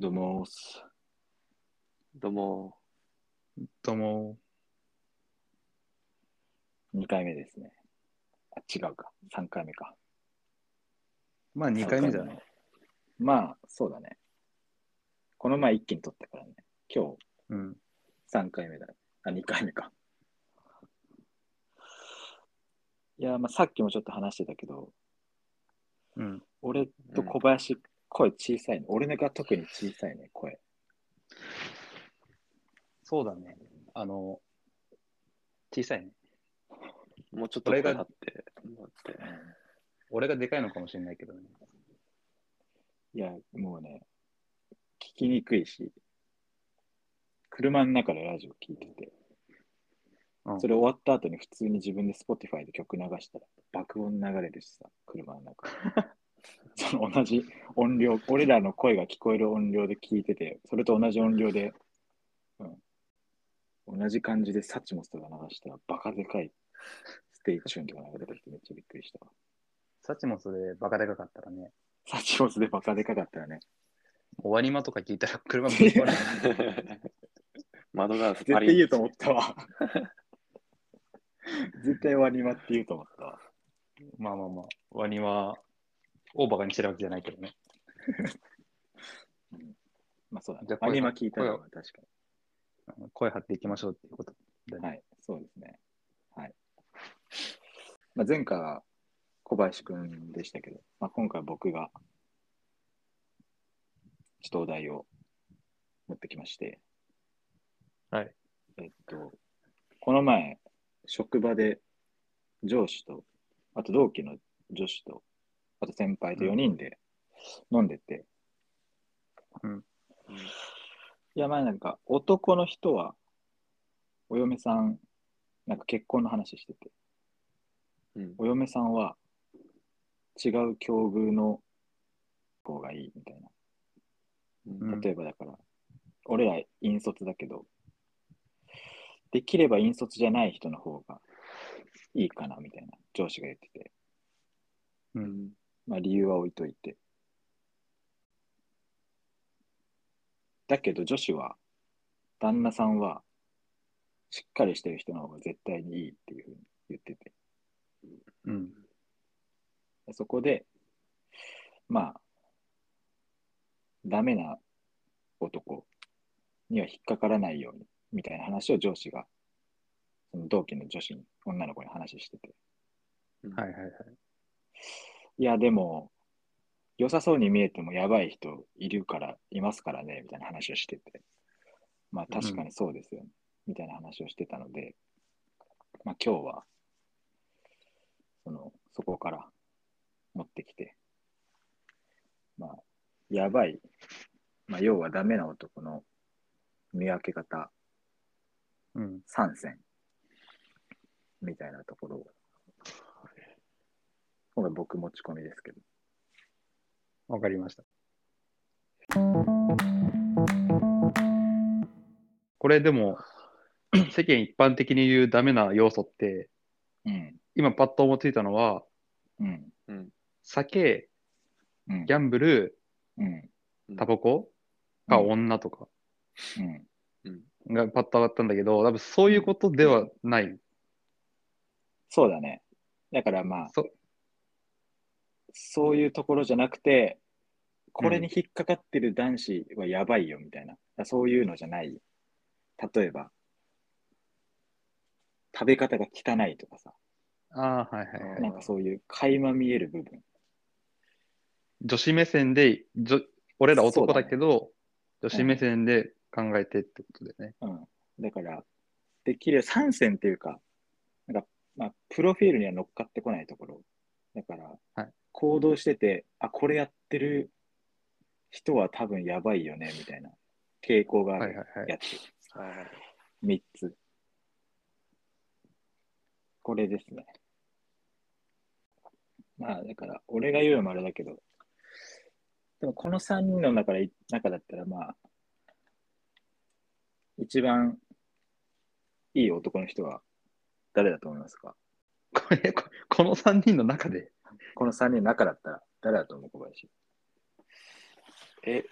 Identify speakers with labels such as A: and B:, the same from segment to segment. A: もーす。
B: どうも、
C: どうも。
A: 2回目ですね。あ、違うか。3回目か。
C: まあ、2回目じゃない。
A: まあ、そうだね。この前一気に撮ったからね。今
C: うん。
A: 日3回目だね。あ、2回目か。いやー、まあさっきもちょっと話してたけど、
C: うん。
A: 俺と小林、声小さいね。俺が特に小さいね、声。
C: そうだね。あの、小さいね。
B: もうちょっと
C: これが
B: 声張ってもらって。
C: 俺がでかいのかもしれないけどね。
A: いや、もうね、聞きにくいし、車の中でラジオ聞いてて、
C: うん
A: それ終わった後に普通に自分で Spotify で曲流したら爆音流れるしさ、車の 中で。その同じ音量、俺らの声が聞こえる音量で聞いてて、それと同じ音量で、うん、同じ感じでサチモスとか流したらバカでかいステイチューンとか流れてきてめっちゃびっくりしたわ。
C: サチもそれ、バカでかかったらね、
A: サチモスでバカでかかったらね、
C: 終わり間とか聞いたら 車も壊れる
B: 窓ガラス
A: 絶
B: パ
A: 対
B: リン
A: 言うと思ったわ。 絶対割りまって言うと思ったわ。
C: まあまあまあ、ワニは、オーバーにしてるわけじゃないけどね。
A: まあそうだ
C: じゃ
A: ね
C: あ。
A: 割
C: 声
A: りま聞いたのは
C: 声
A: 確か
C: あの声張っていきましょうっていうことだ
A: に。
C: ね。
A: はい、そうですね。はい。まあ、前回は小林くんでしたけど、まあ、今回は僕がちょっとお題を持ってきまして。
C: はい。
A: えっと、この前、職場で上司と、あと同期の女子と、あと先輩と4人で飲んでて、いや、まあなんか、男の人は、お嫁さん、なんか結婚の話してて、
B: うん
A: お嫁さんは違う境遇の方がいいみたいな。
B: うん
C: うん
A: 例えばだから、俺ら引率だけど、できれば引率じゃない人の方がいいかなみたいな上司が言ってて、
C: う。
B: うんん
A: まあ理由は置いといて。だけど女子は、旦那さんは、しっかりしてる人の方が絶対にいいっていうふうに言ってて。
C: うん。
A: そこで、まあ、ダメな男には引っかからないように、みたいな話を上司が、その同期の女子に、女の子に話してて。
C: はいはいはい。
A: いや、でも、良さそうに見えてもやばい人いるから、いますからね、みたいな話をしてて。まあ、確かにそうですよね、みたいな話をしてたので、まあ、今日は、その、そこから持ってきて、まあ、やばい、まあ、要はダメな男の見分け方
C: うん。
A: 3選、みたいなところを、今回僕持ち込みですけど、
C: わかりました。これで も、世間一般的に言うダメな要素って、
A: うん、
C: 今パッと思いついたのは、
A: うん。
B: うん
C: 酒、
A: うん
C: ギャンブル、
A: うん。
C: タバコか
A: うん
C: 女とか
A: うん。
C: がパッと上がったんだけど、多分そういうことではない。
A: そうだね。だからまあ、
C: そ
A: そういうところじゃなくて、これに引っかかってる男子はやばいよみたいな。だからそういうのじゃない。例えば、食べ方が汚いとかさ、
C: ああ、はいはいはい。
A: なんかそういう垣間見える部分。
C: 女子目線で、じょ俺ら男だけど、女子目線で考えてってことだよね。
A: うん。だから、できる3選っていうか、なんか、まあ、プロフィールには乗っかってこないところ。だから、
C: はい
A: 行動してて、あ、これやってる人は多分やばいよね、みたいな傾向があ
C: はいはい
A: る
C: はい。
A: やつ。
B: はいはい
A: 3つ。これですね。まあ、だから、俺が言うのもあれだけど、でもこの3人の中で中だったら、まあ、一番いい男の人は誰だと思いますか
C: これ、こ この3人の中で、
A: この3人の中だったら誰だと思う、小林。
B: え、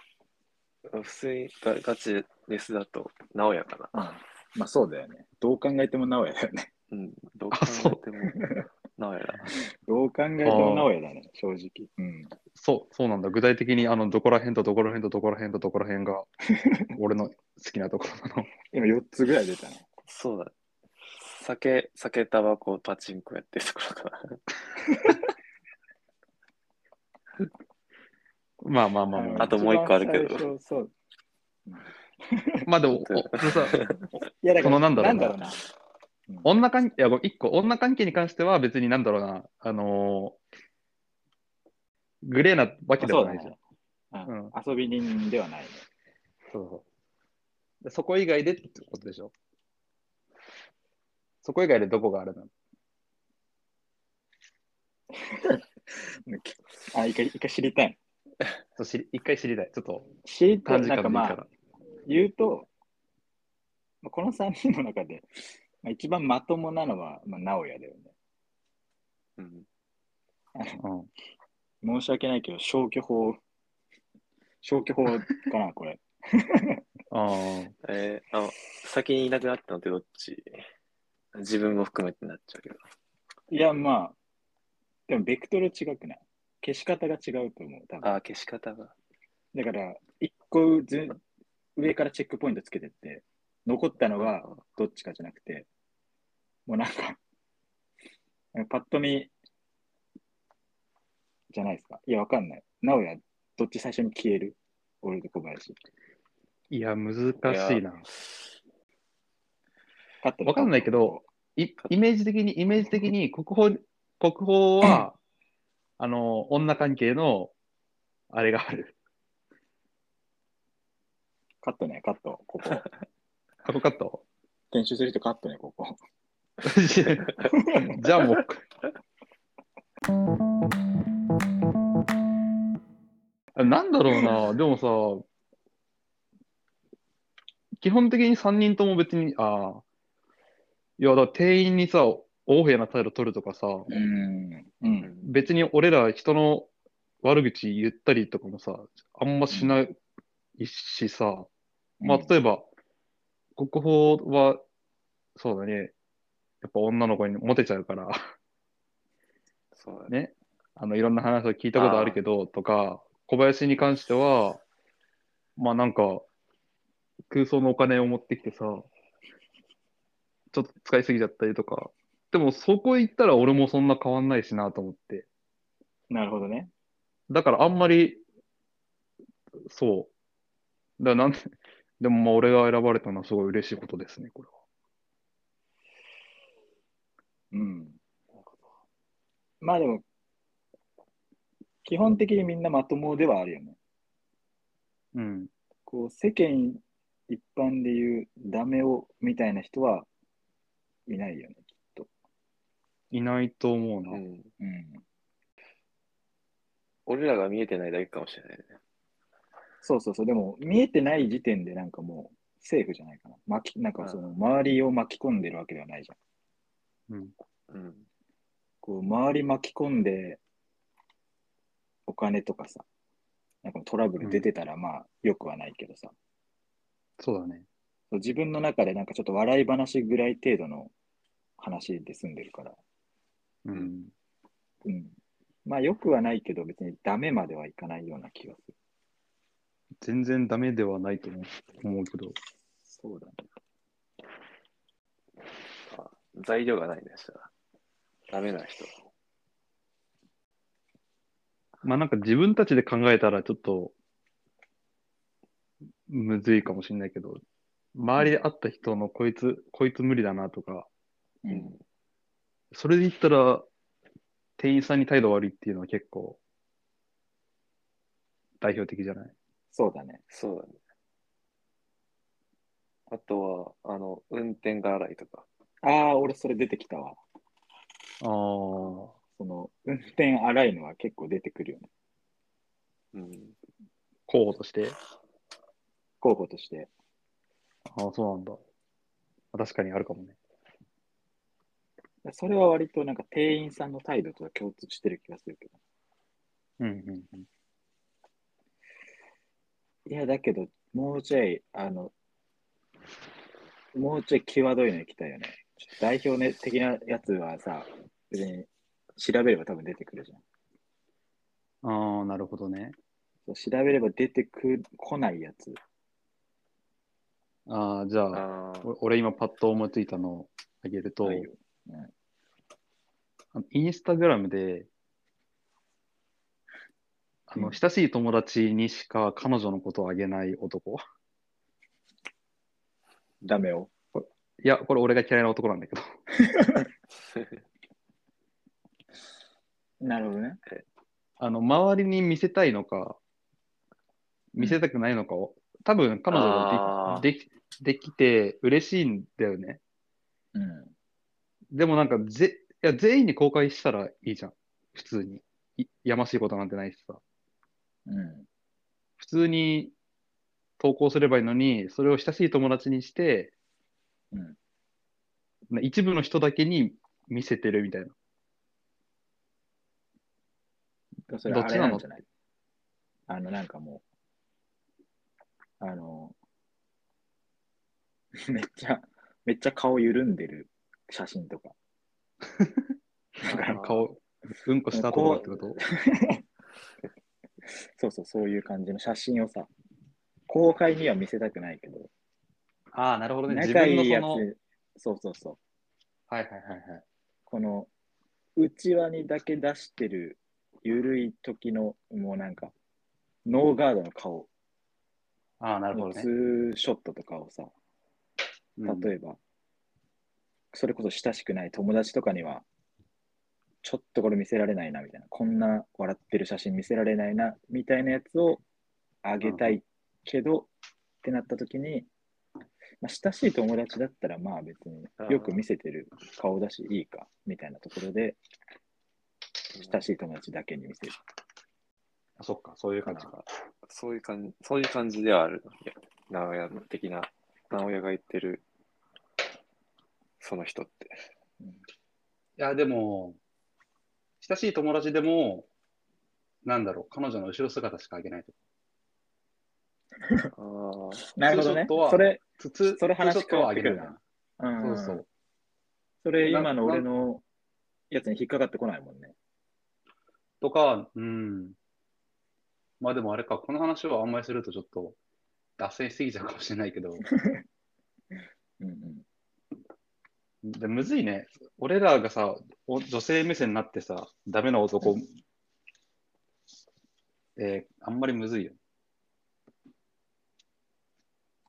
B: 普通にガガチレスだと、直やかな。
A: うん。まあそうだよね。どう考えても直哉だよね。
B: うん。どう考
C: あそう
B: えても、直 やだ。
A: どう考えても直哉だね、正直。うん。
C: そう、そうなんだ。具体的に、あの、どこら辺とどこら辺とどこら辺とどこら辺 が、俺の好きなところなの。
A: 今 4つぐらい出たね。
B: そうだ。酒、酒、タバコ、パチンコやってるところか
C: まあまあまあまあ。
B: あともう一個あるけど
A: 一番最初そう
C: まあでも、お そのさ
A: いやだから
C: そのなんだろ
A: な
C: うなん
A: だろうな。
C: 女関係、いや、ごめん一個、女関係に関しては別になんだろうな、あのーグレーなわけ
A: あ
C: で
A: そう
C: も
A: だ
C: ないじゃん。
A: ね。あ
C: うん
A: 遊び人ではないね。
C: そうそうでそこ以外でってことでしょ。そこ以外でどこがあるの
A: あ、一回、一回知りたい。
C: そう知り一回知りたい。ちょっと
A: 知りたい。
C: 短時
A: なん
C: 間で
A: かま
C: いいから。
A: あ、言うと、まあこの3人の中で、まあ、一番まともなのは、まあ、直哉だよね。
B: な。 うん。
C: う
A: 申
C: ん、
A: し訳ないけど、消去法、消去法かな、これ。
C: あー
B: えー、あの、先にいなくなったのってどっち自分も含めてになっちゃうけど。
A: いや、まあ、でも、ベクトル違くない消し方が違うと思う、多分。
B: ああ、消し方が。
A: だから、一個ず上からチェックポイントつけてって、残ったのがどっちかじゃなくて、もうなんか、パッと見、じゃないですか。いや、わかんない。直哉、どっち最初に消える俺と小林。
C: いや、難しいな。
A: 勝ったの
C: わかんないけど、いイメージ的に、イメージ的に、国宝、国宝は、あの、女関係の、あれがある。
A: カットね、カット、こ こ。
C: 過去カット
A: 研修する人カットね、ここ。
C: じゃあもう。あなんだろうな、でもさ、基本的に3人とも別に、ああ、いや、だから店員にさ、横柄な態度取るとかさ、
A: うん。う。
B: うんん。
C: 別に俺ら人の悪口言ったりとかもさ、あんましないしさ、まあ、例えば、国宝は、そうだね、やっぱ女の子にモテちゃうから、
B: そうだね。
C: ね、あの、いろんな話を聞いたことあるけど、とか、小林に関しては、まあなんか、空想のお金を持ってきてさ、ちょっと使いすぎちゃったりとか、でもそこ行ったら俺もそんな変わんないしなと思って。
A: なるほどね。
C: だからあんまり、そう。だからなん でもまあ俺が選ばれたのはすごい嬉しいことですね、これは。
A: うん。まあでも、基本的にみんなまともではあるよね。
C: うん。
A: こう、世間一般でいうダメをみたいな人はいないよね。
C: いないと思うな。
B: うん。
A: うん。
B: 俺らが見えてないだけかもしれないね。
A: そうそうそう。でも、見えてない時点でなんかもう、セーフじゃないかな。巻き、なんかその、周りを巻き込んでるわけではないじゃん。
C: うん。
B: うん。
A: こう、周り巻き込んで、お金とかさ、なんかトラブル出てたら、まあ、良くはないけどさ、
C: そうだね。
A: そう自分の中でなんかちょっと笑い話ぐらい程度の話で済んでるから、
C: うん。
A: うん。まあ、良くはないけど、別にダメまではいかないような気がする。
C: 全然ダメではないと思う思うけど。
A: そうだね。
B: あ材料がないんでしたら。ダメな人。
C: まあなんか自分たちで考えたらちょっと、むずいかもしれないけど、周りで会った人のこいつ、こいつ無理だなとか、
A: う。。
B: うん
C: それで言ったら、店員さんに態度悪いっていうのは結構、代表的じゃない
A: そうだね。
B: そうだね。あとは、あの、運転が荒いとか。
A: ああ、俺それ出てきたわ。
C: ああ。
A: その、運転荒いのは結構出てくるよね。
B: うん。
C: 候補として。
A: 候補として。
C: ああ、そうなんだ。確かにあるかもね。
A: それは割となんか店員さんの態度とは共通してる気がするけど。
C: うんうんうん。
A: いや、だけど、もうちょい、あの、もうちょい際どいの行きたいよね。ちょっと代表、ね、的なやつはさ、別に調べれば多分出てくるじゃん。
C: ああ、なるほどね。
A: そう調べれば出てく、来ないやつ。
C: ああ、じゃあ、
B: あー
C: お俺今パッと思いついたのをあげると、
A: はいよ
C: あのインスタグラムで、あ
A: う
C: の、
A: ん
C: 親しい友達にしか彼女のことをあげない男。
A: ダメを。
C: いや、これ俺が嫌いな男なんだけど。
A: なるほどね。
C: あの、周りに見せたいのか、見せたくないのかを、多分彼女が
B: あー
C: できできできて嬉しいんだよね。
A: うん。
C: でもなんかぜ、いや全員に公開したらいいじゃん。普通に。いやましいことなんてないしさ。
A: うん。
C: 普通に投稿すればいいのに、それを親しい友達にして、
A: うん
C: な一部の人だけに見せてるみたいな。
A: それ
C: ど
A: あ
C: っ
A: れ
C: ちなの
A: なんじゃないあの、なんかもう、あの、 めっちゃ、めっちゃ顔緩んでる写真とか。だから
B: あー
C: 顔、うんこしたとかってこと
A: そうそう、そういう感じの写真をさ、公開には見せたくないけど、
C: ああ、なるほどね。自
A: 仲
C: 分
A: い
C: の
A: い
C: そ
A: や
C: の、はい
A: つ、そうそうそう、
C: はいはいはい。
A: この、内輪にだけ出してる、ゆるい時の、もうなんか、ノーガードの顔、
C: ああ、なるほ
A: の
C: どね
A: ツ。ーショットとかをさ、
C: うん
A: 例えば、それこそ親しくない友達とかには、ちょっとこれ見せられないなみたいな、こんな笑ってる写真見せられないなみたいなやつをあげたいけど、ってなった時に、まあ、親しい友達だったら、まあ別によく見せてる顔だし、いいかみたいなところで、親しい友達だけに見せる。
C: あそっか、そういう感じか。
B: そういう感じ、そういう感じではある。いや直屋的な、直屋が言ってる、その人って。
C: いや、でも、親しい友達でも、なんだろう、彼女の後ろ姿しかあげないと。
B: ああ。
A: なるほど
C: ツーショ
A: ね
C: ットは。
A: それ、
C: つつ
A: それ話
C: ツーショットはあげない
A: 変わってうん
C: そうそう。
A: それ今の俺のやつに引っかかってこないもんね。
C: とか、うん。まあでもあれか、この話をあんまりするとちょっと脱線しすぎちゃうかもしれないけど、
A: うんうん
C: でむずいね。俺らがさ、お女性目線になってさ、ダメな男、えーあんまりむずいよ。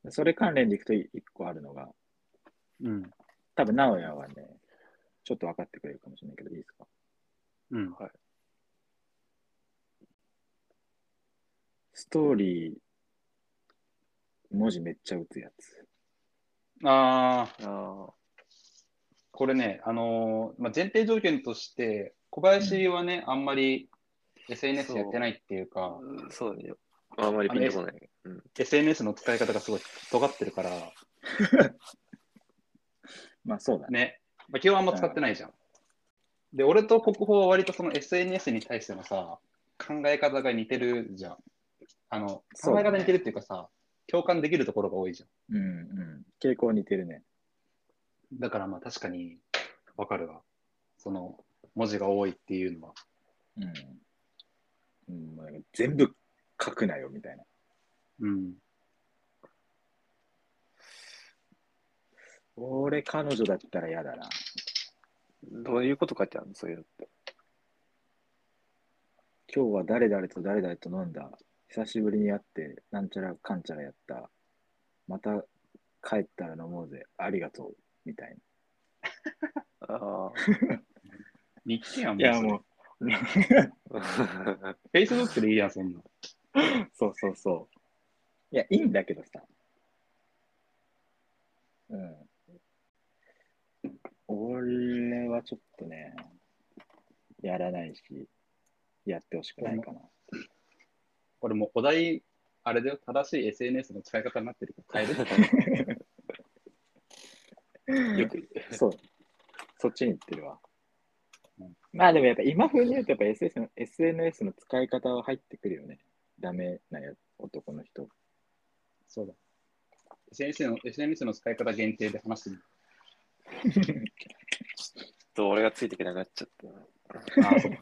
A: それ関連でいくとい一個あるのが、
C: うん。
A: 多分直哉はね、ちょっと分かってくれるかもしれないけど、いいですか
C: うん。
A: ストーリー、文字めっちゃ打つやつ。
C: ああ、
B: あ
C: これね、あのーまあ、前提条件として、小林はね、あんまり SNS
B: そう
C: やってないっていう
B: あ
C: か、、
B: そうだね。あんまりピンとこない。うん、
C: SNS の使い方がすごい尖ってるから、
A: まあそうだね。
C: ね、まあ、基本あんま使ってないじゃん。で、俺と国宝は割とその SNS に対してのさ、考え方が似てるじゃん。あの、
A: そう
C: 考
A: だ
C: え
A: ね
C: 方似てるっていうかさ、共感できるところが多いじゃん。
A: うんうん。傾向似てるね。
C: だからまあ確かにわかるわ。その、文字が多いっていうのは。
A: うん。うん、まあ全部書くなよ、みたいな。
C: うん。
A: 俺、彼女だったら嫌だな。
B: どういうこと書いてあるのそういうのって。
A: 今日は誰々と誰々と飲んだ。久しぶりに会って、なんちゃらかんちゃらやった。また帰ったら飲もうぜ。ありがとう。みたいな。
B: あ
C: 日記やん、
A: いや、
C: も
A: も
C: う
A: う。
B: あ。
C: それ。Facebook でいいやん、そんな。
A: そうそうそう。いや、いいんだけどさ。うん。俺はちょっとね、やらないし、やってほしくないかな。
C: これもうお題、あれだよ、正しい SNS の使い方になってるから変え る。
B: よく、
A: そう。そっちに行ってるわ
C: うん。
A: まあでもやっぱ今風に言うとやっぱ SS の SNS の使い方は入ってくるよね。ダメなや男の人。
D: そうだ。SNS の SNS の使い方限定で話 してみる。
B: ちょっと俺がついていけなくなっちゃったな。
D: ああ、そうか。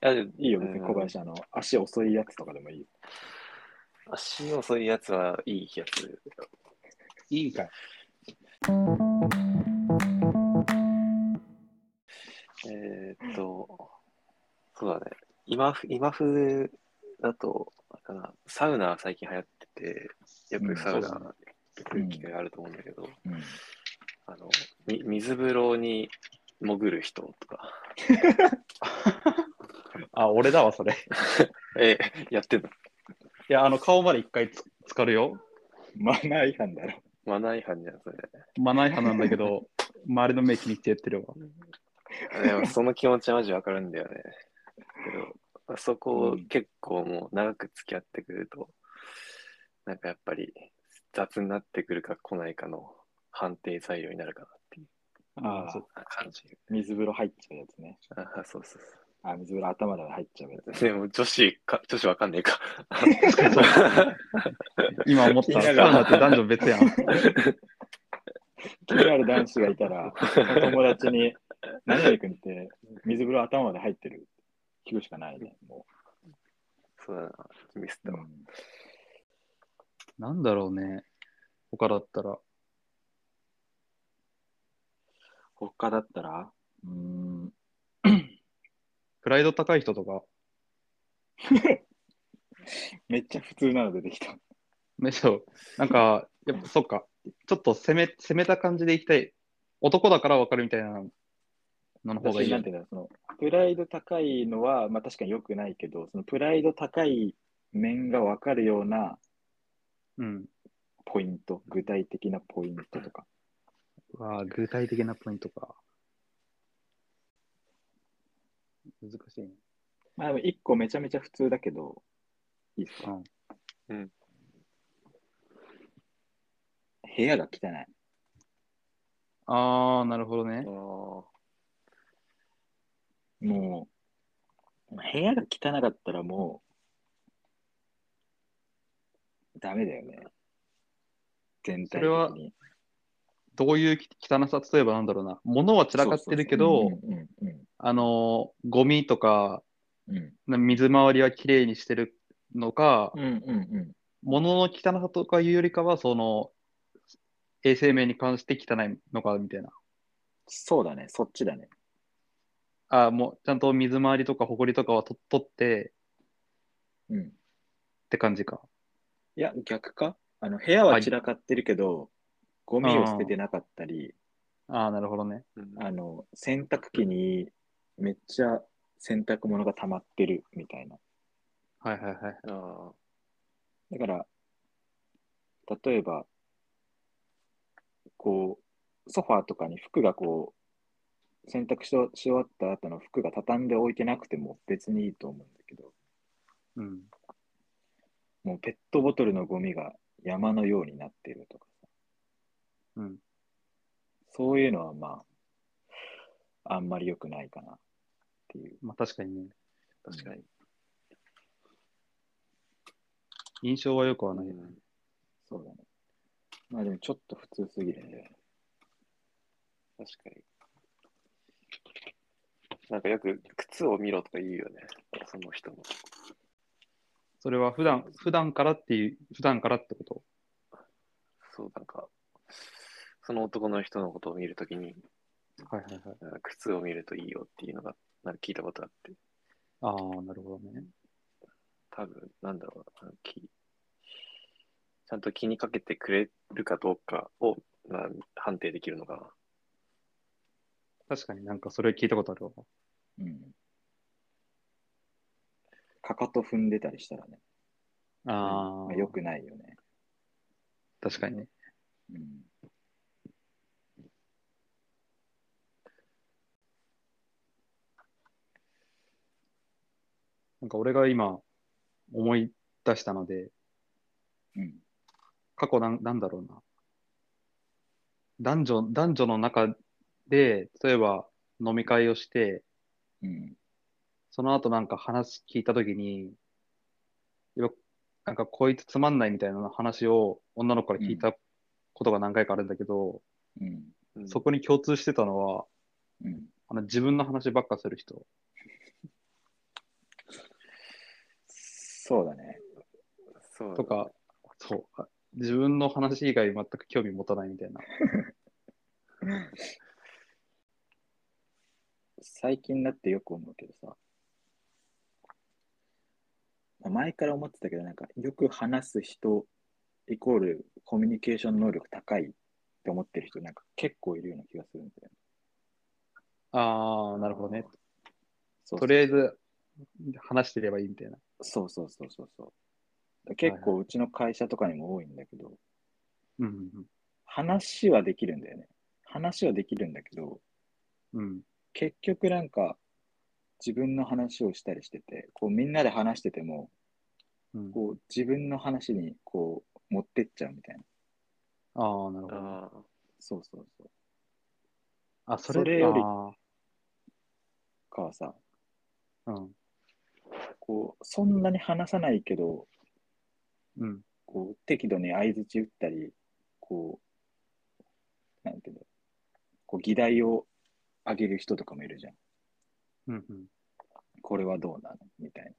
B: いやでも
A: いいよ、別に小林、あの、足遅いやつとかでもいいよ。
B: 足遅いやつはいい気がする。
D: いいんかい。
B: えーっと、そうだね。今ふ、今風だと、あれかな、サウナ最近流行ってて、よ
A: う
B: く
A: ん
B: サウナ
A: そう
B: 行く機会があると思うんだけど、
A: うん。
B: あの、み水風呂に潜る人とか、
C: あ、俺だわ、それ。
B: え、やってんの
C: いや、あの、顔まで一回つ浸かるよ。
A: マナー違反だろ。
B: マナー違反じゃん、そ
C: マナー違反なんだけど、周りの目気に入ってやってるわ。
B: れ。でも、その気持ちはマジわかるんだよね。けど、そこを
A: うん
B: 結構もう長く付き合ってくると、なんかやっぱり雑になってくるか来ないかの判定材料になるかなっていう
A: ああ
C: そう
B: 感じ。
A: 水風呂入っちゃうやつね。
B: あそうそうそ
A: あ、水風呂頭で入っちゃうや
B: う。でも女子か、女子わかんねえか。
C: 今思っ
A: 気に
C: た。サ
A: な
C: ウ
A: るわ
C: ナって男女別やん。
A: つ。気になる男子がいた ら、友達に、何々君って水風呂頭まで入ってる聞くしかないね。も
B: そうだな、ミスっ
A: う。
B: た
A: う
B: わ。
A: ん
C: なんだろうね。他だったら。
A: 他だったらうーん。
C: プライド高い人とか、
A: めっちゃ普通なの出てきた。
C: めしろ、なんか、やっぱそっか、ちょっと攻め、攻めた感じでいきたい。男だからわかるみたいなのの方がい
A: 私
C: いよ
A: なんて
C: ね。
A: いうんだろうそのプライド高いのは、まあ、確かに良くないけど、そのプライド高い面が分かるような
C: うん。
A: ポイント、具体的なポイントとか。
C: うわあ具体的なポイントか。難しいね。
A: まあ、でも一個めちゃめちゃ普通だけど、いいっすか
B: うんうん
A: 部屋が汚い。
C: ああ、なるほどね。
A: もう、部屋が汚かったらもう、ダメだよね。全体
C: それは
A: 的に。
C: どういう汚さ、例えばなんだろうな。物は散らかってるけど、
A: そうそうそう、うんうん
C: あのー、ゴミとか、
A: うんうん
C: な水回りはきれいにしてるのか、
A: うんうんうん。
C: 物の汚さとかいうよりかは、その、衛生面に関して汚いのか、みたいな。
A: そうだね、そっちだね。
C: あもう、ちゃんと水回りとか埃とかはと取って
A: うん。
C: って感じか。
A: いや、逆かあの、部屋は散らかってるけど、ゴミを捨ててなかったり、
C: ああ、なるほどね。
B: うん
A: あの、洗濯機にめっちゃ洗濯物が溜まってるみたいな。
C: はいはいはい。
B: あー
A: だから、例えば、こう、ソファーとかに服がこう、洗濯し終し終わった後の服が畳んで置いてなくても別にいいと思うんだけど、
C: うん。
A: もうペットボトルのゴミが山のようになっているとかさ、
C: うん。
A: そういうのはまあ、あんまり良くないかなっていう。
C: まあ確かにね。
B: 確かに。
C: 印象はよくは
B: う
C: ない。
B: ん
A: そうだね。まあでもちょっと普通すぎるんだよね。
B: 確かに。なんかよく靴を見ろとか言うよね。その人も。
C: それは普段、普段からっていう、普段からってこと
B: そう、なんか、その男の人のことを見るときに、
C: はいはいはい。
B: なんか靴を見るといいよっていうのが、なんか聞いたことあって、
C: ああ、なるほどね。
B: 多分なんだろうな、きちゃんと気にかけてくれるかどうかを、まあ、判定できるのかな。
C: 確かになんかそれ聞いたことあるわ。
A: うん。かかと踏んでたりしたらね、
C: あ
A: ま
C: あ、
A: あ、良くないよね。
C: 確かにね。
A: うん
C: なんか俺が今思い出したので、
A: うん
C: 過去なんなんだろうな。男女、男女の中で、例えば飲み会をして、
A: うん
C: その後なんか話聞いたときに、よなんかこいつつまんないみたいな話を女の子から聞いたことが何回かあるんだけど、
A: うん。
B: うん
C: そこに共通してたのは、
A: うん。
C: あの自分の話ばっかする人。
A: そうだね。
B: そう
C: とか、そう、あ自分の話以外全く興味持たないみたいな。
A: 最近になってよく思うけどさ、まあ前から思ってたけど、なんかよく話す人イコールコミュニケーション能力高いって思ってる人なんか結構いるような気がするんだよね。
C: ああ、なるほどね。
A: そう
C: とりあえず話してればいいみたいな。
A: そうそうそうそうそう。結構うちの会社とかにも多いんだけど、
C: うん
A: 話はできるんだよね。話はできるんだけど、
C: うんうん。
A: 結局なんか自分の話をしたりしてて、こうみんなで話してても、
C: うんうん、
A: こう自分の話にこう持ってっちゃうみたいな。
C: ああ、なるほど。
B: ああ
A: そうそうそう。
C: あ、そ
A: それ
C: れ
A: より
C: あ
A: かはさ、
C: ーうん。
A: こうそんなに話さないけど、
C: うん。
A: こう適度に相づち打ったり、こう、なんていうんだろうこう議題を上げる人とかもいるじゃん。
C: うん。うん
A: これはどうなのみたい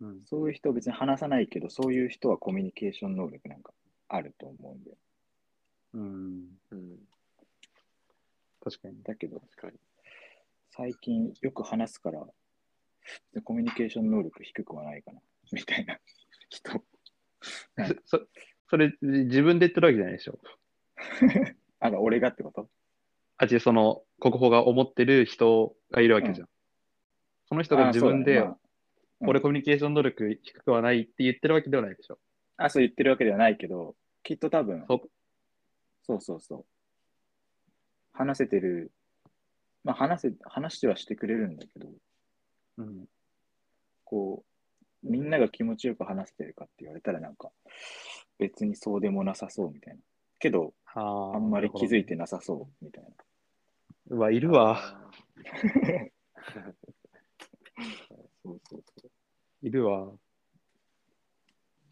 A: な。
C: うん。
A: そういう人別に話さないけど、そういう人はコミュニケーション能力なんかあると思うんだよ。
C: うん。
B: うん、
C: 確かに。
A: だけど、
B: 確かに。
A: 最近よく話すから、コミュニケーション能力低くはないか な、みたいな人。
C: そそれ、じ自分で言ってるわけじゃないでしょ。
A: あの、俺がってこと
C: あ、違う、その、国宝が思ってる人がいるわけじゃん。その人が
A: あ
C: 自分で、
A: そうだねまあ
C: 俺コミュニケーション能力低くはないって言ってるわけではないでしょ。
A: まああ、そう言ってるわけではないけど、きっと多分、
C: そ
A: そうそうそう。話せてる、まあ話せ、話してはしてくれるんだけど、
C: うん。
A: こう、みんなが気持ちよく話せてるかって言われたらなんか、別にそうでもなさそうみたいな。けど、
C: ああ
A: あんまり気づい
C: て。
A: てなさそうみたいな。
C: うわ、いるわ。
B: あ
A: そうそうそ
C: いるわ。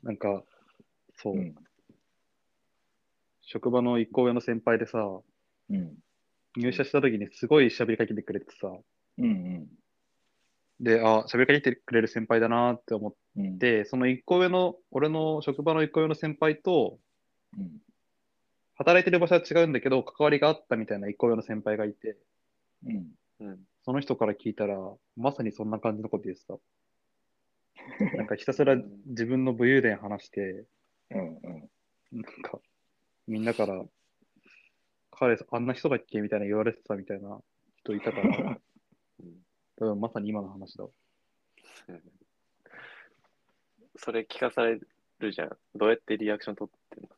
C: なんか、そう、
A: う。うん。
C: 職場の一行上の先輩でさ、
A: うん。
C: 入社した時にすごい喋りかけてくれてさ、
A: うん
C: で、あ、喋りかけてくれる先輩だなって思っ
A: うん。うん、
C: て、その一個上の、俺の職場の一個上の先輩と、
A: うん。
C: 働いてる場所は違うんだけど、関わりがあったみたいな一個上の先輩がいて、
A: うん。
B: ーうん、
C: その人から聞いたら、まさにそんな感じのこと言ってた。なんかひたすら自分の武勇伝話して、
A: うん。うん。
C: なんか、みんなから、彼、あんな人だっけみたいな言われてたみたいな人いたから、
B: うん
C: 多分まさに今の話だわ。
B: それ聞かされるじゃん。どうやってリアクション取ってんの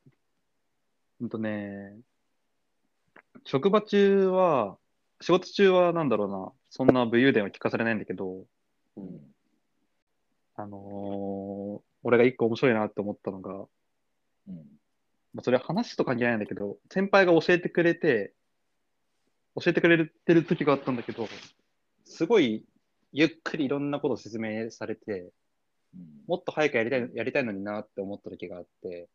C: ほんとね、職場中は、仕事中はなんだろうな、そんな武勇伝は聞かされないんだけど、
A: うん。
C: あのー俺が一個面白いなって思ったのが、
A: うん。
C: まあ、それは話と関係ないんだけど、先輩が教えてくれて、教えてくれてる時があったんだけど、すごいゆっくりいろんなことを説明されて、
A: うん。
C: もっと早くやりたいやりたいのになって思った時があって、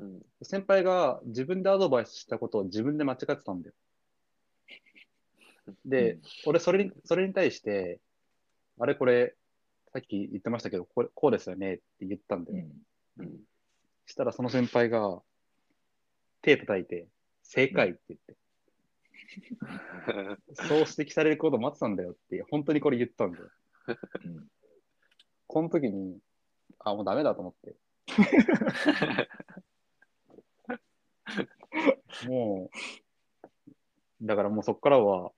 A: うん。
B: うん、
C: 先輩が自分でアドバイスしたことを自分で間違ってたんだよ。
A: う
C: で、
A: ん
C: 俺それに、それに対して、あれこれ、さっき言ってましたけど、これこうですよねって言ったんだよ。
A: うん。
B: うん、
C: したらその先輩が、手叩いて、正解って言って、 そう指摘されることを待ってたんだよって、本当にこれ言ったんだよ。
A: うん
C: この時に、あ、もうダメだと思 って。もう、だからもうそこからは、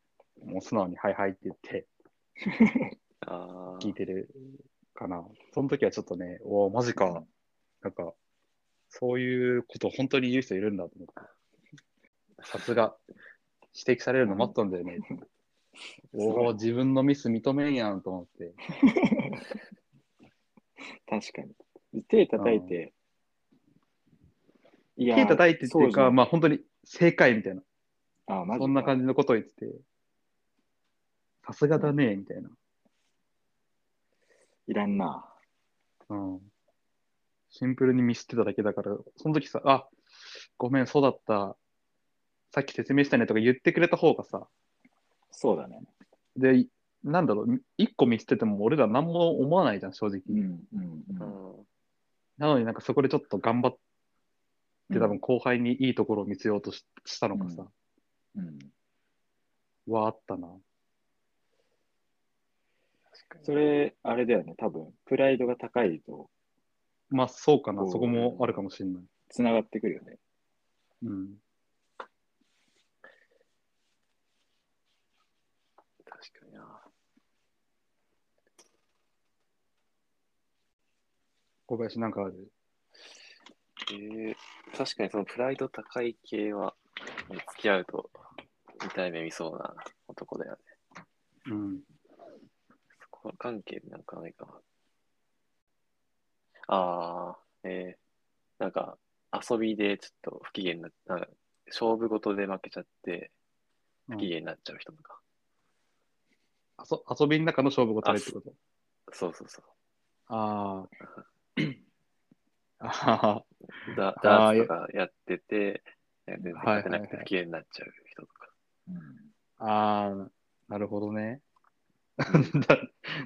C: もう素直にはいはいって言って
B: ああ
C: 聞いてるかな。その時はちょっとね、おお、マジか。なんか、そういうことを本当に言う人いるんだと思って。さすが。指摘されるの待ったんだよね。おお、自分のミス認めんやんと思って。
A: 確かに。手叩いて、い
C: 手叩いてっていうか、
A: ま
C: まあ本当に正解みたいな。
A: あ、マジ
C: そんな感じのことを言ってて、さすがだね、みたいな。
A: いらんな。
C: うん。シンプルにミスってただけだから、その時さ、あ、ごめん、そうだった。さっき説明したねとか言ってくれた方がさ、
A: そうだね。
C: で、なんだろう、一個見捨てても俺ら何も思わないじゃん、正直。
A: うんうんう
B: う
A: ん。
B: ん。
C: なのになんかそこでちょっと頑張って多分後輩にいいところを見せようとししたのかさ、
A: うん、
C: はあったな。
B: 確かに
A: そ、れ、あれだよね、多分、プライドが高いと
C: まあそうかな、
A: そう
C: そこもあるかもしれない。
A: 繋がってくるよね。
C: うん。
B: 確かにな。
C: 小林なんかある。
B: えー確かにそのプライド高い系は、付き合うと痛い目見そうな男だよね。
C: うん。
B: そこは関係なんかないかな。ああ、えー、なんか遊びでちょっと不機嫌になっなんか勝負事で負けちゃって
C: うん
B: 不機嫌になっちゃう人とか。
C: あそ遊びの中の勝負事でってこと
B: そうそうそう。
C: ああ。 ああ。
B: ダダ
C: あ
B: ー
C: ー
B: ツとかやってて、全然勝てなく
C: はいはい
B: て
C: はい
B: 不機嫌になっちゃう人とか。
A: う
C: ああ。なるほどね。だ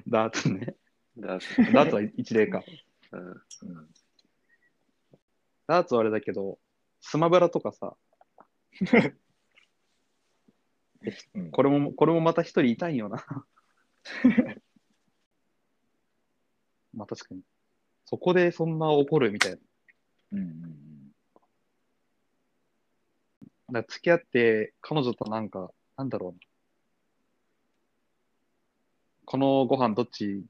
C: ダーツね。
B: ダー ツ、
C: ダーツは一例か。
B: うん、
A: んうん、
C: ダーツはあれだけど、スマブラとかさ、
A: うん
C: これも、これもまた一人いたいよな。まあ確かに。そこでそんな怒るみたいな。
A: うんうん
C: だから付き合って、彼女となんか、なんだろうな。このご飯どっち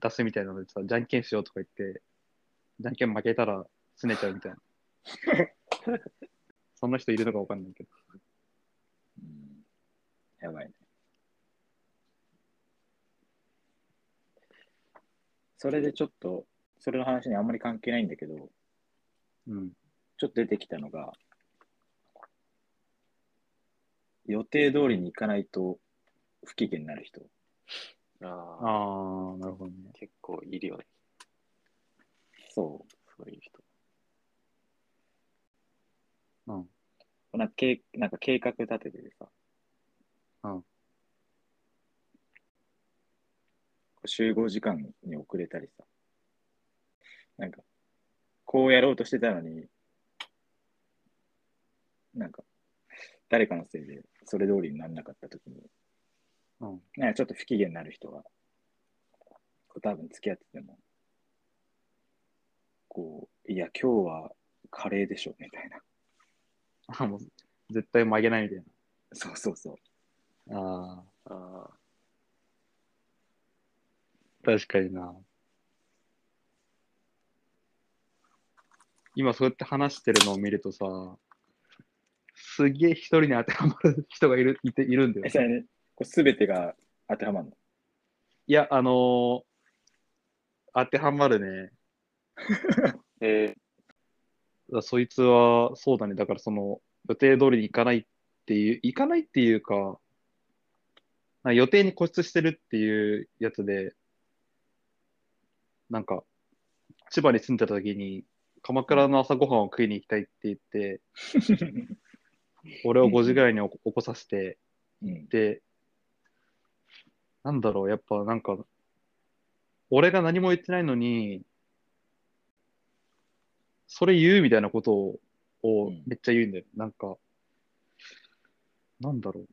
C: 出すみたいなのでさ、じゃんけんしようとか言って、じゃんけん負けたら拗ねちゃうみたいな。そんな人いるのかわかんないけど。
A: うん、やばいね。それでちょっと、それの話にあんまり関係ないんだけど、
C: うん。
A: ちょっと出てきたのが、予定通りに行かないと不機嫌になる人。
B: ああ、
C: ああ、なるほどね。
B: 結構いるよね。
A: そ
B: そういう人。
C: うん。
A: う。なんか計なんか計画立てててさ。
C: うん
A: 集合時間に遅れたりさ。なんか、こうやろうとしてたのに、なんか、誰かのせいでそれ通りにならなかった時に、
C: うん
A: なんかちょっと不機嫌になる人が、こう多分付き合ってても、こう、いや、今日はカレーでしょ、みたいな。
C: あもう絶対曲げないみたい
A: そうそうそう。
C: な。ああ、
B: あ
C: 確かにな。今そうやって話してるのを見るとさ、すげえ一人に当てはまる人がいるいているんだよ
A: え、。それね、こう全てが当てはまるの。
C: いや、あのー当てはまるね。
B: あ、え
C: だからそいつは、そうだね。だからその、予定通りに行かないっていう、行かないっていうか、なんか予定に固執してるっていうやつで、なんか、千葉に住んでた時に、鎌倉の朝ごはんを食いに行きたいって言って、俺を5時ぐらいに起こ起こさせて、
A: うん。
C: で、なんだろう、やっぱなんか、俺が何も言ってないのに、それ言うみたいなことをを
A: うん
C: めっちゃ言うんだよ。なんか、なんだろう。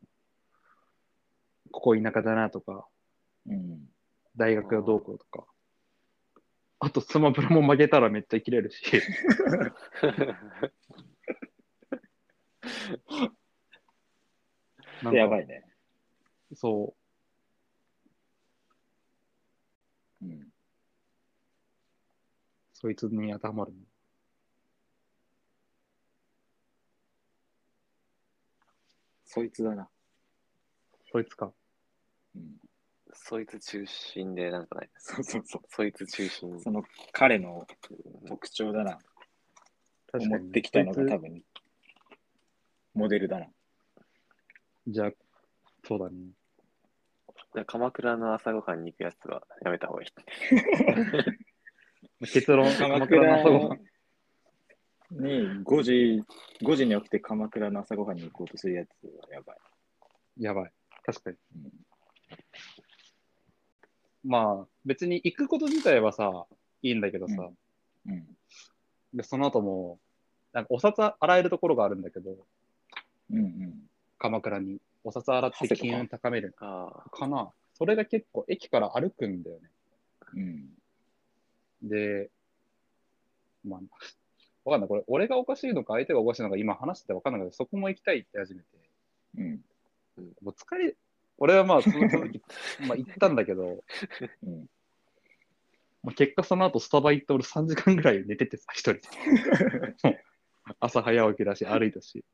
C: ここ田舎だなとか、
A: うん。
C: 大学がどうこうとか。あと、スマブラも負けたらめっちゃ切れ るし、
B: ー、
C: なんか
A: やばいね。
C: そう、
A: うん。
C: そいつに当てはまるの。
A: そいつだな。
C: そいつか。
A: うん。
B: そいつ中心でなんかない。
A: そうそうそ
B: そいつ中心
A: う。その彼の特徴だな。
C: 確
A: 思
C: か
A: っ
C: に。
A: てきたの
C: そ
A: が
C: いつ
A: 多分、モデルだな。
C: じゃあ、そうだね。
B: 鎌倉の朝ごはんに行くやつはやめた方がいい。
C: 結論、鎌
A: 鎌
C: 倉
A: 倉
C: の朝ごはん。
A: に5時、5時に起きて鎌倉の朝ごはんに行こうとするやつはやばい。
C: やばい。確かに
A: うん。
C: まあ、別に行くこと自体はさ、いいんだけどさ、
A: うん。
C: でその後も、なんかお札洗えるところがあるんだけど、
A: うんうん。
C: 鎌倉に。お札洗って金運高める
B: ああ、
C: かな。それが結構駅から歩くんだよね。
A: うん。
C: で、まあ、わかんない。これ、俺がおかしいのか、相手がおかしいのか、今話しててわかんないけど、そこも行きたいって言い始めて、
A: うん。
C: もう疲れ、俺はまあ、そのその時、まあ行ったんだけど、
A: うん
C: まあ、結果その後スタバ行って俺3時間ぐらい寝ててさ、一人で。 朝早起きだし、歩いたし。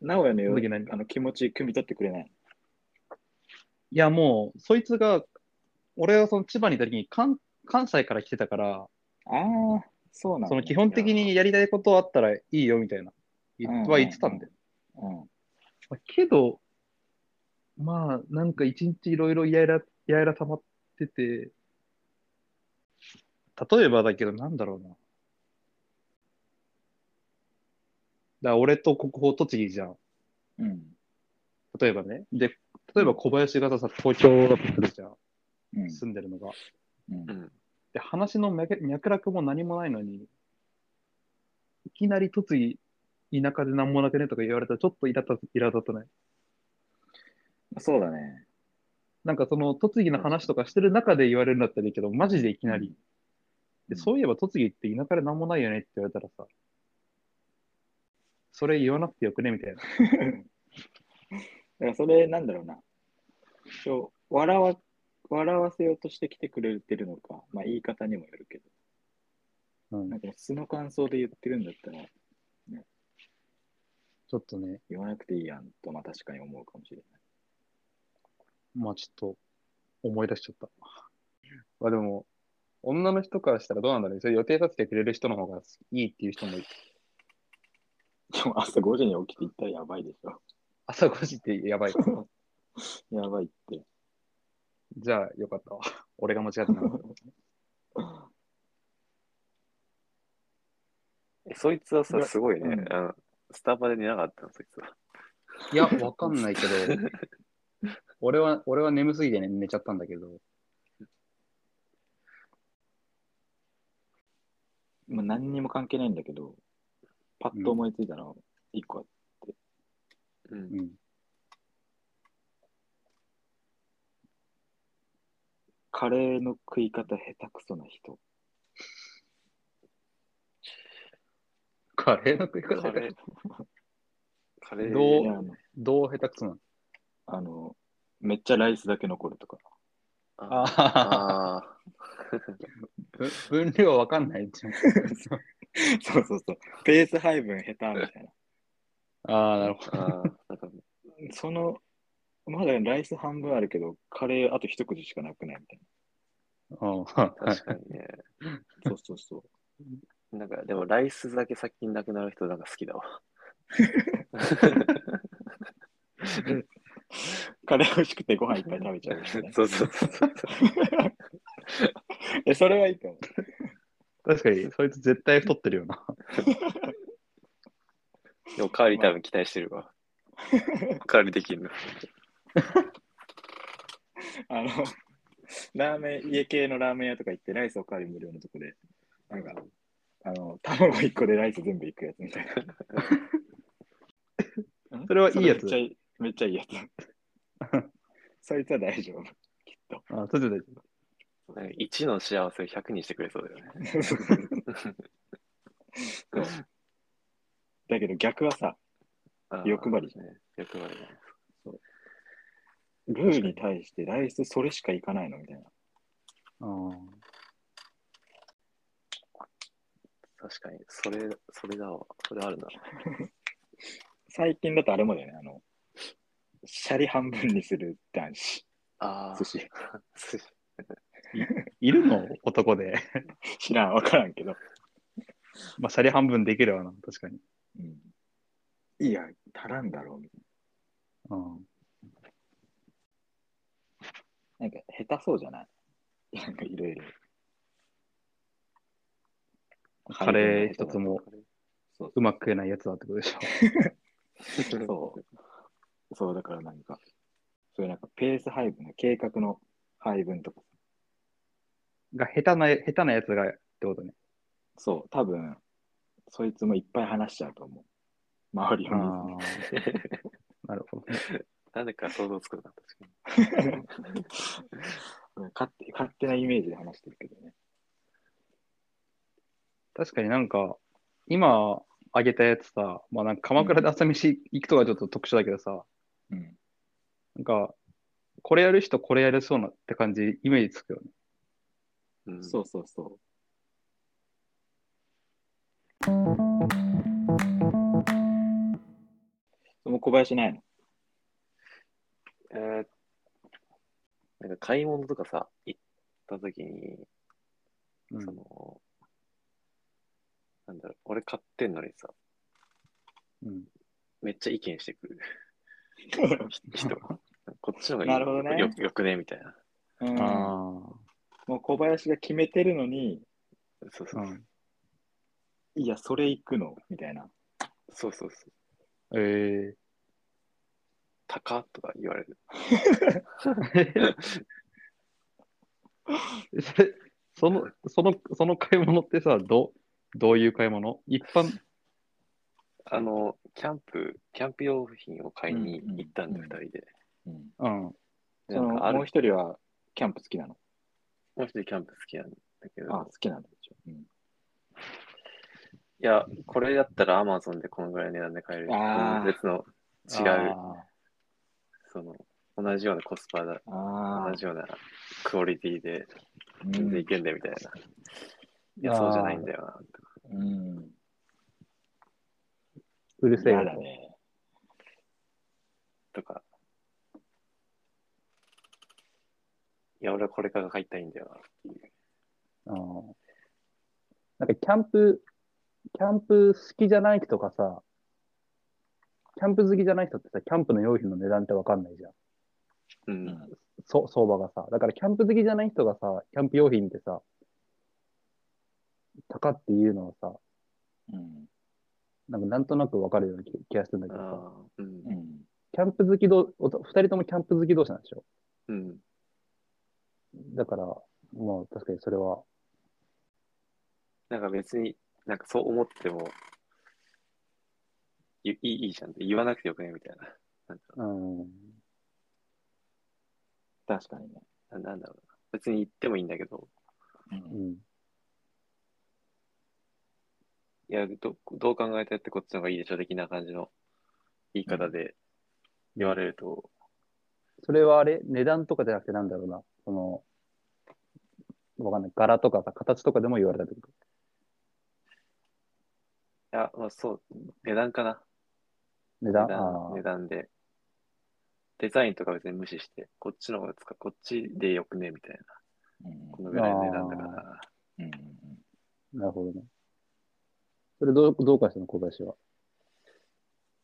A: 名古屋の
C: その時
A: 夜
C: 何
A: あの気持ち、汲み取ってくれない。
C: いや、もう、そいつが、俺はその千葉にいた時に関関西から来てたから、
A: ああ、そうなんだ。
C: その基本的にやりたいことあったらいいよみたいな、い
A: うんうんうん
C: は言ってたんだよ。
A: うん。
C: まあけど、まあ、なんか一日いろいろイライラ、イライラ溜まってて、例えばだけど、なんだろうな。だから俺と国宝栃木じゃん。
A: うん。
C: 例えばね。で、例えば小林がさ、東京だとするじゃん。
A: うん。
C: 住んでるのが。
A: うん
B: うん。
C: で、話の脈脈絡も何もないのに、いきなり栃木、田舎で何もなくねとか言われたら、ちょっとイラ立イラ立たない。
A: そうだね。
C: なんかその栃木の話とかしてる中で言われるんだったらいいけど、マジでいきなり。
A: うん
C: でそういえば栃木って田舎で何もないよねって言われたらさ、それ言わなくてよくねみたいな。
A: だからそれ、なんだろうな。そう笑わ、笑わせようとしてきてくれてるのか、まあ言い方にもよるけど、
C: うん
A: なんか素の感想で言ってるんだったら、
C: ちょっとね、
A: 言わなくていいやんと、まあ確かに思うかもしれない。
C: まあちょっと思い出しちゃった。まあでも、女の人からしたらどうなんだろうね。それ予定立ててくれる人の方がいいっていう人もいる。
A: でも 朝5時に起きて行ったらやばいでしょ。
C: 朝5時ってやばい。
A: やばいって。
C: じゃあよかったわ。俺が間違ってなかった。
B: えそいつはさ、
A: ぐ
B: すごいね。
A: うん
B: あのスタバで寝なかったの、そいつは。
C: いや、わかんないけど、俺は、俺は眠すぎて、ね、寝ちゃったんだけど、
A: まあ何にも関係ないんだけど、パッと思いついたの一個あって、
B: うん
C: う。ん。
A: カレーの食い方下手くそな人。
C: カレーの食い方
B: カレー。カレー。
C: ど
A: い
C: う
A: やあの
C: どう下手くそなの
A: あの、めっちゃライスだけ残るとか。
B: あ
C: ああ、
B: あー。
C: ぶ分量わかんないじゃん。
A: そうそうそう。ペース配分下手みたいな。
C: ああ、なるほど。
B: ああ。なんか、
A: その、まだライス半分あるけど、カレーあと一口しかなくないみたい
C: うんはい
B: 確かにね。
A: な。そうそう そう。
B: なんか、でも、ライスだけ先になくなる人、なんか好きだわ。。
A: カレー美味しくてご飯いっぱい食べちゃうみたいな
B: そうそうそうそう。
A: え、それはいいかも。
C: 確かに、そいつ絶対太ってるよな。。
B: でも、カーリー多分期待してるわ。カーリーできるの。
A: あの、ラーメン、家系のラーメン屋とか行って、ライスおかわり無料のとこで、なんか、あの、卵1個でライス全部いくやつみた いな
C: それはいいやつ
A: それめっちゃめっちゃいいや つ。そいつは大丈夫。
C: あそれで
B: なんか1の幸せを100にしてくれそうだよね。
A: だけど逆はさ、
B: あー
A: 欲張り
B: ね。欲張りね。
A: ルーに対してライスそれしかいかないのみたいな。
C: あー
B: 確かに、それ、それだわ。それあるな。
A: 最近だとあれもだよね、あの、シャリ半分にする男子、
B: ああ。
A: 寿司。
B: 寿司
C: いるの男で。
A: 知らん、わからんけど。
C: まあ、シャリ半分できるわな、確かに。
A: うんいや、足らんだろうみたい
C: うん
A: な。なんか、下手そうじゃないなんかいろいろ。
C: カレー一つも
A: そう
C: うまく食えないやつだってことでしょ。
A: そう。そう、だからなんか、そういうなんかペース配分の計画の配分とか、
C: が下手な、下手なやつがってことね。
A: そう、多分、そいつもいっぱい話しちゃうと思う。周りを見ずに
C: ああ。なるほどね。
B: なんでか想像つくな、確かに。
A: 勝手。勝手なイメージで話してるけどね。
C: 確かになんか、今あげたやつさ、まあなんか鎌倉で朝飯行くとかちょっと特殊だけどさ、
A: うん。
C: なんか、これやる人これやれそうなって感じ、イメージつくよね。
B: うん、
A: そうそうそう。もう小林ないの
B: えーなんか買い物とかさ、行った時に、
C: うん
B: その、なんだろう、俺買ってんのにさ、
C: うん。
B: めっちゃ意見してく る人。こっちの方がいい
A: なるほどね
B: よよくねみたいな。
A: うん、
C: あ
A: もう小林が決めてるのに、
B: そう
C: あ。
B: そうう。
C: ん。
A: いや、それ行くのみたいな。
B: そうそうそう。
C: え
B: 高っとか言われる。
C: えそれ、その、その、その買い物ってさ、ど、どういう買い物一般、
B: あの、キャンプ、キャンプ用品を買いに行ったんで、
A: うん
B: 二人で。
A: うん、
C: うん。
A: その
B: なんかある
A: もう一人はキャンプ好きなの。
B: もう一人キャンプ好きなんだけ
A: あ、
B: ど
A: 好、きなんでしょ。うん
B: いや、これだったらアマゾンでこのぐらいの値段で買える。
A: あー
B: 別の違う、その、同じようなコスパだ、
A: ああ
B: 同じようなクオリティで全然いけんだよみたいな。いや、
C: あー
B: そうじゃないんだよな。
A: うん。うん
C: うるせえ
A: 嫌
C: よ
A: だ
C: と。
A: ね。
B: とか。いや、俺はこれから買いたいんだよなっていう。
C: ああなんかキャンプ、キャンプ好きじゃない人とかさ、キャンプ好きじゃない人ってさ、キャンプの用品の値段ってわかんないじゃん。
B: うん。
A: うん
C: そ相場がさ。だからキャンプ好きじゃない人がさ、キャンプ用品ってさ、高っていうのはさ、
A: うん。
C: なんかなんとなくわかるような気気がするんだけ
B: あ
C: どさ、
B: あ、うん
A: う。ん。
C: キャンプ好きど、おと二人ともキャンプ好き同士なんでしょ
B: うん。
C: だから、まあ確かにそれは、
B: なんか別に、なんかそう思っても、いいいいいじゃんって言わなくてよくねみたいな。なんだろ
C: うん、
A: 確かにね。
B: うななんだろうな。別に言ってもいいんだけど、
A: う
C: うんん。
B: いや、どどう考えたってこっちの方がいいでしょ的な感じの言い方で言われると、
C: それはあれ値段とかじゃなくてなんだろうな。その、わかんない。柄とかさ、形とかでも言われたってこと。
B: いや、まあそう、値段かな。
C: 値
B: 値
C: 段あ
B: 段値段で。デザインとか別に無視して、こっちの方が使う、こっちでよくねみたいな。このぐらいの値段だから。
A: うん。うん。
C: あ、なるほどね。それどう、どうかしたの小林は。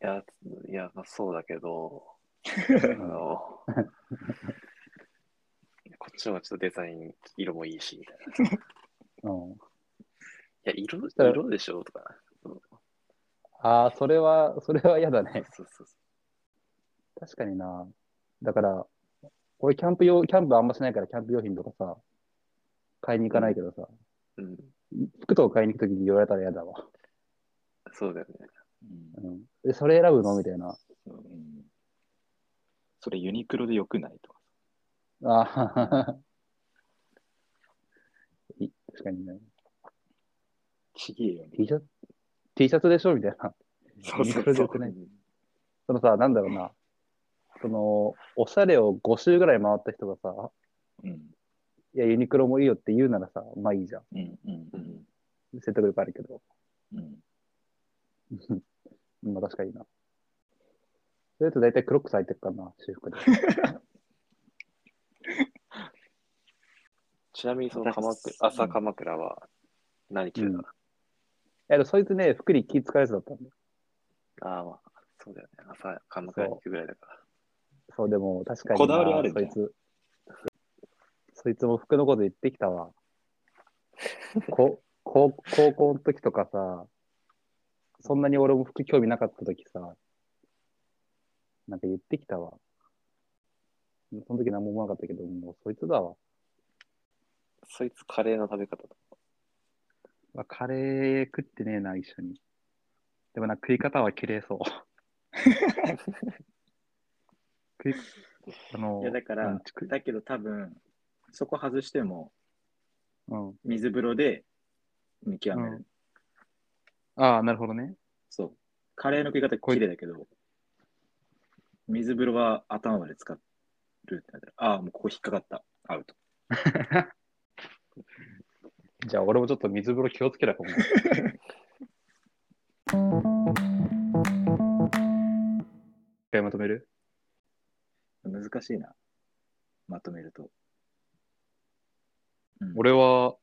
B: いや、ついや、まあそうだけど、あ の、こっちの方がちょっとデザイン、色もいいし、みたいな。い
C: うん。
B: や、色、
C: たら
B: 色でしょとか。
C: ああ、それは、それは嫌だね。
B: そうそうそ
C: 確かにな。だから、俺キャンプ用、キャンプあんましないからキャンプ用品とかさ、買いに行かないけどさ、
B: う。うん、
C: 服とか買いに行くときに言われたら嫌だわ。
B: そうだよね。
A: うん
C: うん。で、それ選ぶのみたいな。
A: そううんそれユニクロでよくないとか。
C: ああ、い確かにね。
A: ちげえよね。
C: T シャツ、T シャツでしょみたいな。
A: そう
C: ユニ
A: そ
C: ク
A: う
C: ロで
A: そ
C: よ
A: う
C: く。ないそのさ、なんだろうな。その、おしゃれを5周ぐらい回った人がさ、
A: うん。
C: いや、ユニクロもいいよって言うならさ、まあいいじゃん。
A: うん。うん。う
B: うんん。
C: 説得力あるけど。
A: うん。
C: まあ確かにな。それと大体クロックス入ってるからな、私服で。
B: ちなみに、その
A: 私
B: 鎌倉、朝鎌倉は何着てた、
C: うんえ、でもそいつね、服に気使うやつだったんだよ。
B: ああ、まあ、そうだよね。朝鎌倉に行くぐらいだから。
C: そう、でも確かにな。
A: こだわりあるん
C: そ
A: だ
C: いつ。そいつも服のこと言ってきたわ。こ高高校の時とかさ、そんなに俺も服興味なかった時さ、なんか言ってきたわ。その時何も思わなかったけど、もうそいつだわ。
B: そいつカレーの食べ方とか。
C: まあ、カレー食ってねえな、一緒に。でもな、食い方は綺麗そう。食い、あの、
A: いやだから
C: うんちく
A: だけど多分、そこ外しても、
C: うん。
A: 水風呂で見極める。
C: うんああ、なるほどね。
A: そう。カレーの食い方
C: こい
A: 綺麗だけど、水風呂は頭まで使るってなったら、ああ、もうここ引っかかった。アウト。
C: じゃあ、俺もちょっと水風呂気をつけなきゃ。一回まとめる
A: 難しいな。まとめると。うん
C: 俺は、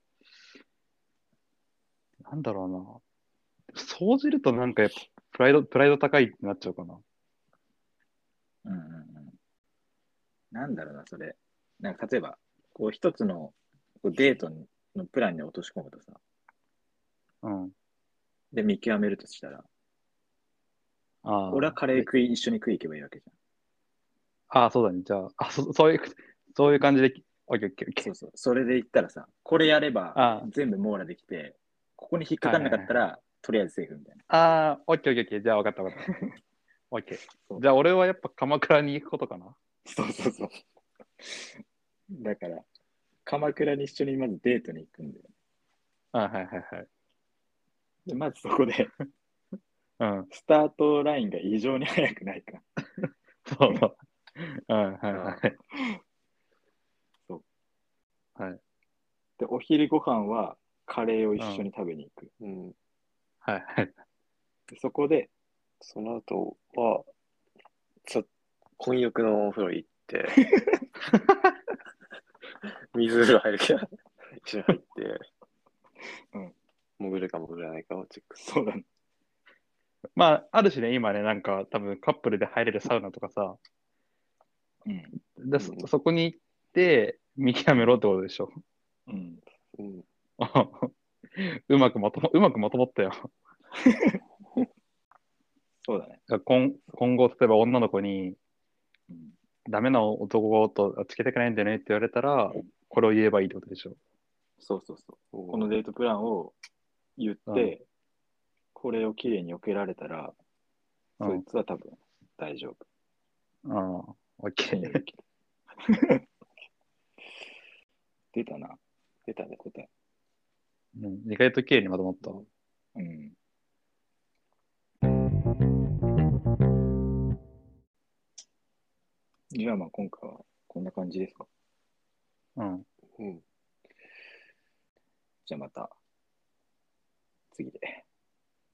C: なんだろうな。総じるとなんかやっぱ、プライド、プライド高いってなっちゃうかな。
A: うんうんうんなんだろうな、それ。なんか例えば、こう一つのこうデートのプランに落とし込むとさ、
C: うん。
A: で、見極めるとしたら、
C: ああ。
A: 俺はカレー食い、一緒に食い行けばいいわけじ
C: ああ、そうだね。じゃあ、あそそういう、そういう感じで、オッケーオッケー
A: ゃ
C: オッ
A: ん。
C: ケ
A: そ
C: ー
A: う。そう。それで言ったらさ、これやれ
C: あ
A: ば
C: あ
A: 全部網羅できて、ここに引っかかんなかったら、とりあえずセーフみたいな。
C: ああ、オッケーオッケーオッケー。じゃあ、わかったわか った。オッケ
A: そう
C: ー。じゃあ、俺はやっぱ鎌倉に行くことかな。
A: そうそうそう。だから、鎌倉に一緒にまずデートに行くんだよ。
C: あはいはいはい。
A: で、まずそこで、
C: うん。
A: スタートラインが異常に早くないか。
C: そうそう。うん、はいはい。
A: で、お昼ご飯はカレーを一緒に食べに行く。
B: うん。
C: はいはい。
A: でそこで、
B: その後は、ちょ、混浴のお風呂 行って、水風呂入るけど、一緒に入って、
A: うん
B: 潜るか潜らないかをチェックす
A: そうだね。
C: まあ、あるしね、今ね、なんか、多分カップルで入れるサウナとかさ、
A: うん。
C: でそ
B: うん
C: そこに行って、見極めろってことでしょ。
A: うん。
B: る。うん。
C: うまくまとも、うまくまとまったよ。
A: そうだね。
C: 今今後、例えば女の子に、
A: うん、
C: ダメな男とつけたくないんだよねって言われたら、これを言えばいいってことでしょ。
A: そうそうそう。
B: こ
A: このデートプランを言って、
C: うん
A: これをきれいに避けられたら、
C: うん
A: そいつは多分大丈夫。
C: ああ、オッケ
A: 信
C: ー
A: 用。できる 出たな。出たね、答え。
C: うん意外と綺麗にまとまった。
A: うん。じゃあまあ今回はこんな感じですか。
C: うん。
B: うん。
A: じゃあまた次で。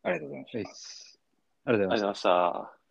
A: ありがとうございました
C: よ。し。ありがとうございま
B: ありがとうご
C: し
B: ざい
C: た。
B: ました。